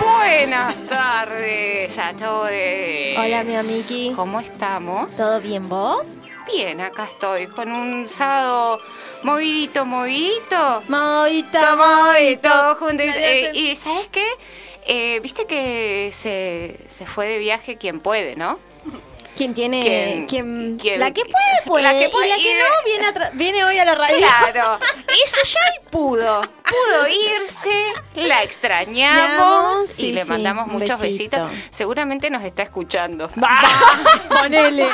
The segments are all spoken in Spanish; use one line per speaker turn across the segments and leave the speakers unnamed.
Buenas tardes a todos.
Hola, mi amigui.
¿Cómo estamos?
¿Todo bien vos?
Bien, acá estoy con un sábado movidito, movidito.
Moita,
Movidito,
moito.
junto-
Nadie
eh,
hace-
y ¿sabes qué? Eh, Viste que se, se fue de viaje quien puede, ¿no?
¿Quién tiene?
¿Quién?
¿Quién?
¿Quién?
La que puede, puede. pues.
La que puede,
Y la que
y-
no, viene, atra- viene hoy a la radio.
Claro, eso ya pudo, pudo irse, la extrañamos
Sí,
y le
sí,
mandamos
un
muchos
besito.
besitos. Seguramente nos está escuchando.
Ponele.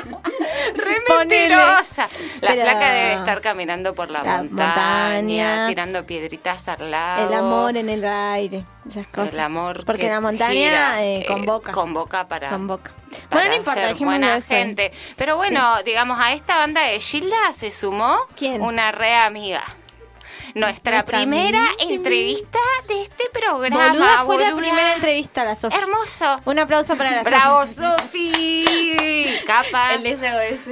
Re
Ponele.
mentirosa. La
Pero-
placa debe estar caminando por la,
La
montaña,
montaña.
tirando piedritas al lado.
El amor en el aire, esas cosas.
El amor
Porque
que
la
gira,
montaña eh,
eh,
convoca.
convoca para.
Convoca.
para
Bueno, no importa,
ser
dejémoslo
buena
eso ahí.
gente. Pero bueno, digamos, a esta banda de Gilda se sumó
¿Quién?
una re amiga. Nuestra,
Nuestra
primera
amiguísima.
entrevista de este programa.
Boluda fue la
boluda.
primera entrevista a la Sofía.
Hermoso.
Un aplauso para la
Bravo,
Sofi.
Sofi.
Ah.
Capa.
El SOS.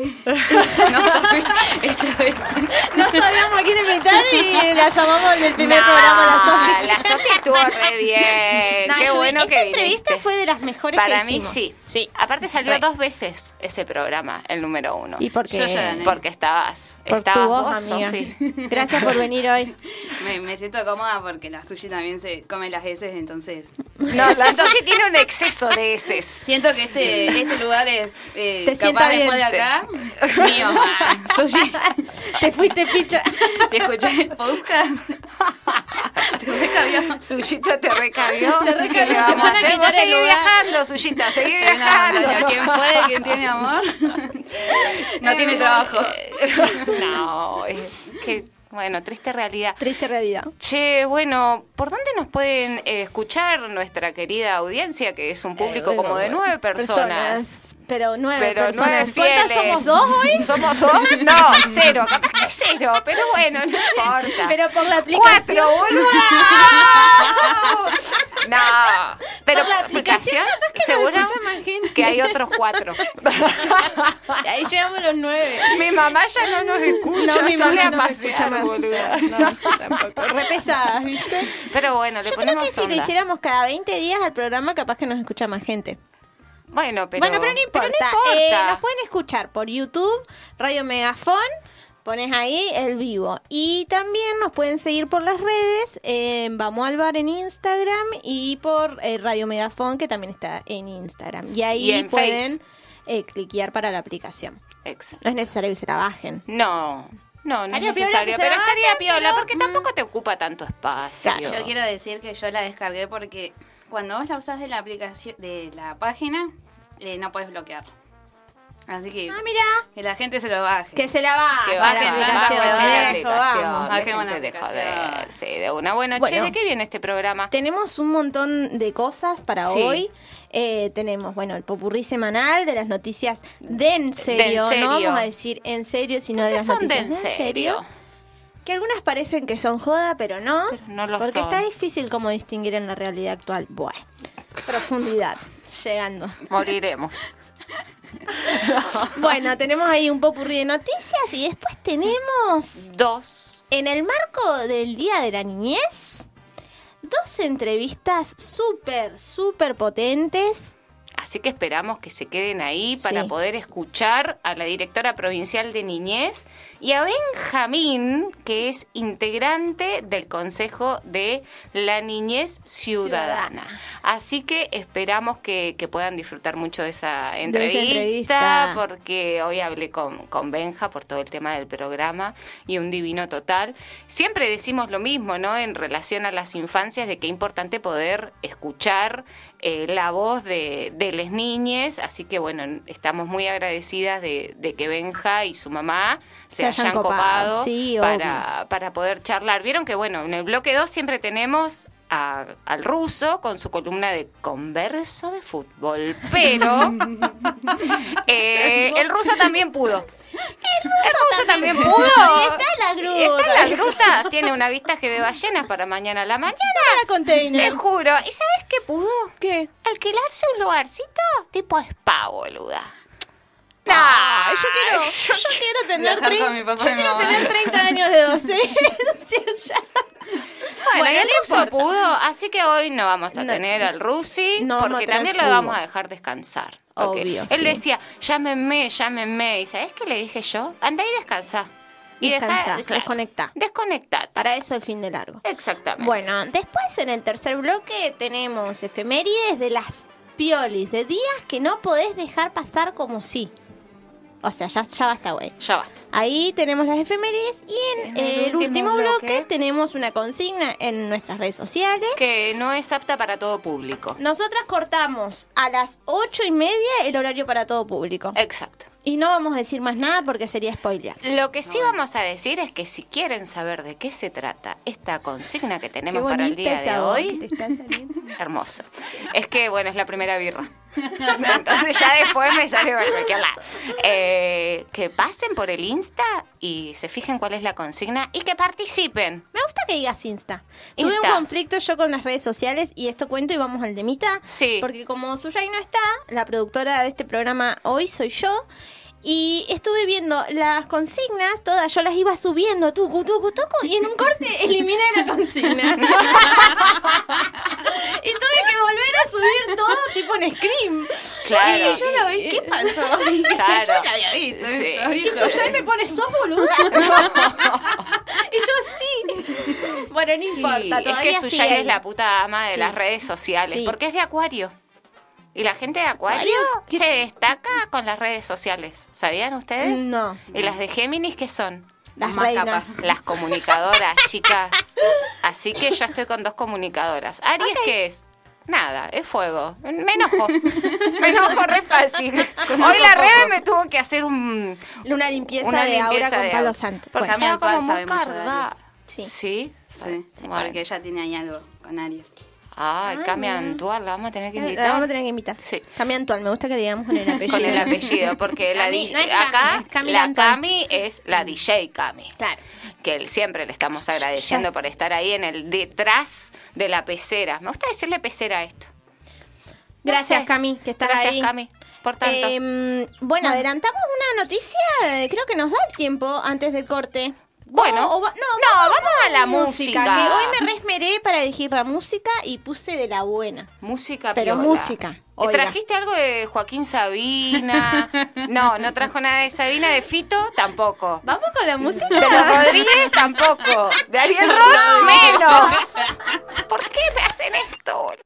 No soy SOS.
No sabíamos a quién invitar y la llamamos del primer programa
Nah,
la Sofi.
La Sofi estuvo re bien.
Nah,
Qué
estuve-
bueno
Esa
que
entrevista
viniste.
fue de las mejores
Para
que
mí
hicimos.
sí.
Sí.
Aparte salió
Re.
dos veces ese programa, el número uno.
¿Y por qué?
Yo ya gané.
Porque estabas,
Por tu
estabas
voz,
vos,
amiga.
Sofi.
Gracias por venir hoy.
Me, me siento cómoda porque la sushi también se come las heces, entonces.
No, la Sofi tiene un exceso de heces.
Siento que este, este lugar es eh,
Te sienta
capaz después de
bien.
acá. Mío. Ah, Sushi.
Te fuiste picha.
Si escuchás el podcast, te recabió.
Suyita te recabió. Te
recabió.
recabió. Vamos
Te
a
van a
hacer? Vos
quitar el
seguí
lugar.
viajando, Suyita, seguí
Soy una montaña.
viajando.
Quien puede, quien tiene amor, no tiene trabajo.
No, eh, qué, bueno, triste realidad.
Triste realidad.
Che, bueno, ¿por dónde nos pueden eh, escuchar nuestra querida audiencia, que
Eh,
es un público como de nueve personas?
Pero nueve
Pero nueve
personas.
fieles.
¿Cuántas somos dos hoy?
¿Somos dos? No, cero, capaz que cero, pero bueno, no importa.
Pero por la aplicación.
¡Cuatro, boluda! No, pero
Por la
aplicación,
aplicación, capaz que nos
seguro
escucha más gente.
que hay otros cuatro.
Ahí llegamos los nueve.
mi mamá ya no nos escucha,
no, mi
sale
mamá
a
no me escucha
pasear,
más.
boluda.
No, tampoco. Repesadas, ¿viste?
Pero bueno, le
Yo creo
ponemos
que si
onda.
lo hiciéramos cada 20 días al programa, capaz que nos escucha más gente.
Bueno, pero,
bueno, pero no importa. Eh,
importa.
nos pueden escuchar por YouTube, Radio Megafón. Pones ahí el vivo. Y también nos pueden seguir por las redes. eh, Vamos al bar en Instagram y por eh, Radio Megafón, que también está en Instagram. Y ahí
Y en
pueden eh, cliquear para la aplicación.
Exacto.
No es necesario que se la bajen.
No, no, no es
Estaría piola
necesario,
que se
pero
baje,
estaría piola
pero- mm.
porque tampoco te ocupa tanto espacio.
Claro.
Yo quiero decir que yo la descargué porque cuando vos la usás de la aplicación, de la página, eh, no puedes bloquear. Así que
Ah, mira.
que la gente se lo baje.
Que se la
Que
bajen
bajen,
la
bajen
aplicación,
la
viejo,
aplicación,
vamos.
Bajen la
déjense de
aplicación.
joder. Sí, de una. Bueno, che,
Bueno.
¿de qué viene este programa?
Tenemos un montón de cosas para
Sí.
hoy. Eh, tenemos, bueno, el popurrí semanal de las noticias de en serio.
serio.
No vamos a decir en serio, sino de
¿Qué
las
son de
noticias
en serio?
Que algunas parecen que son joda, pero no.
no lo
porque
son.
está difícil como distinguir en la realidad actual. Bueno, profundidad. Llegando.
Moriremos.
Bueno, tenemos ahí un popurrí de noticias y después tenemos
Dos.
En el marco del Día de la Niñez, dos entrevistas súper, súper potentes.
Así que esperamos que se queden ahí para
Sí.
poder escuchar a la directora provincial de niñez y a Benjamín, que es integrante del Consejo de la Niñez Ciudadana.
Ciudadana.
Así que esperamos que, que puedan disfrutar mucho de esa
De esa
entrevista,
entrevista.
porque hoy hablé con, con Benja por todo el tema del programa y un divino total. Siempre decimos lo mismo, ¿no? En relación a las infancias, de que es importante poder escuchar eh, la voz de, de las niñas. Así que, bueno, estamos muy agradecidas de, de que Benja y su mamá se,
Se hayan
hayan copado,
copado, sí,
para, para poder charlar. Vieron que, bueno, en el bloque 2 siempre tenemos... a- al ruso con su columna de converso de fútbol, pero eh, el ruso también pudo. El ruso también pudo.
Y está la gruta.
Está en la gruta. Tiene un avistaje de ballenas para mañana a la mañana.
Para
Te
container.
juro. ¿Y sabes qué pudo?
¿Qué?
Alquilarse un lugarcito tipo spa, boluda.
No, yo quiero, yo quiero tener,
Viajar con
trein-
mi papá
yo
y mi
quiero
mamá.
tener 30 años de docencia ya.
Bueno, y
Bueno,
el
no
ruso
importa.
pudo, así que hoy no vamos a
No.
tener al Rusi,
No vamos a
porque
tener
también lo
fútbol.
vamos a dejar descansar. porque
Obvio,
Él
sí.
decía, llámenme, llámenme. ¿Y sabes qué le dije yo? Andá y descansa. Y dejá-
Descansá, desconectá.
Desconectate.
Para eso el fin de largo.
Exactamente.
Bueno, después en el tercer bloque tenemos efemérides de las piolis, de días que no podés dejar pasar como sí. O sea, ya, ya basta, güey.
Ya basta.
Ahí tenemos las efemérides y en, el, último, bloque, tenemos una consigna en nuestras redes sociales.
Que no es apta para todo público.
Nosotras cortamos a las ocho y media el horario para todo público.
Exacto.
Y no vamos a decir más nada porque sería spoiler.
Lo que sí vamos a decir es que si quieren saber de qué se trata esta consigna que tenemos para el día de hoy, hermoso. Es que, bueno, es la primera birra. Entonces ya después me sale barbacoa. Eh, que pasen por el Insta y se fijen cuál es la consigna y que participen.
Me gusta que digas Insta. Tuve
Insta.
un conflicto yo con las redes sociales y esto cuento y vamos al demita.
Sí.
Porque como Suyay no está, la productora de este programa hoy soy yo. Y estuve viendo las consignas, todas yo las iba subiendo, tucu, tucu, tucu, y en un corte eliminé la consigna. y tuve que volver a subir todo tipo en Scream.
Claro.
Y yo la vi, ¿qué pasó?
Claro.
Yo la había visto.
Sí.
Y Suyay me pone, ¿sos boluda? Y yo sí. Bueno, no importa.
es
Todavía
que Suyay
sigue.
es la puta ama de
Sí.
las redes sociales,
Sí.
porque es de Acuario. Y la gente de Acuario
¿Acuario?
se destaca con las redes sociales. ¿Sabían ustedes?
No.
¿Y las de Géminis qué son?
Las
Más
reinas.
capaz.
Las comunicadoras, chicas. Así que yo estoy con dos comunicadoras. Aries, ¿qué es? Nada, es fuego. Me enojo. Me enojo re fácil. Hoy la Rebe me tuvo que hacer un,
Una limpieza
una
de
limpieza
aura con Pues
de
palo
aura.
santo.
Porque
Bueno,
También
estaba como
Juan
muy
sabe mucho de
cargada.
Aries.
Sí.
¿Sí?
Sí,
Bueno.
porque ella tiene ahí algo con Aries.
Ay,
Ay,
cambian
mira.
dual, la vamos a tener que
eh, la vamos a
invitar.
tener que invitar.
Sí.
Cami Antoine, me gusta que le digamos con el apellido.
Con el apellido, porque la
Cami,
di-
no es Cami,
acá
es Cami Mm.
la
Antoine.
Cami es la DJ Cami.
Claro.
que él- siempre le estamos agradeciendo por estar ahí en el detrás de la pecera. Me gusta decirle pecera a esto. No
Gracias,
sé.
Cami, que estás
Gracias,
ahí.
Cami. Por tanto,
Eh, bueno, adelantamos una noticia, eh, creo que nos da el tiempo antes del corte.
Bueno.
va-
No, vamos a la música.
Que hoy me resmeré para elegir la música y puse de la buena.
música
pero
piola.
música,
Eh,
oiga.
¿Trajiste algo de Joaquín Sabina? No, no trajo nada de Sabina. De Fito, tampoco.
Vamos con la música.
De los Rodríguez, tampoco. De Ariel Roth, menos. ¿Por qué me hacen esto?